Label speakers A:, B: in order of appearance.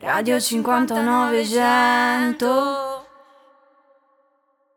A: Radio 5900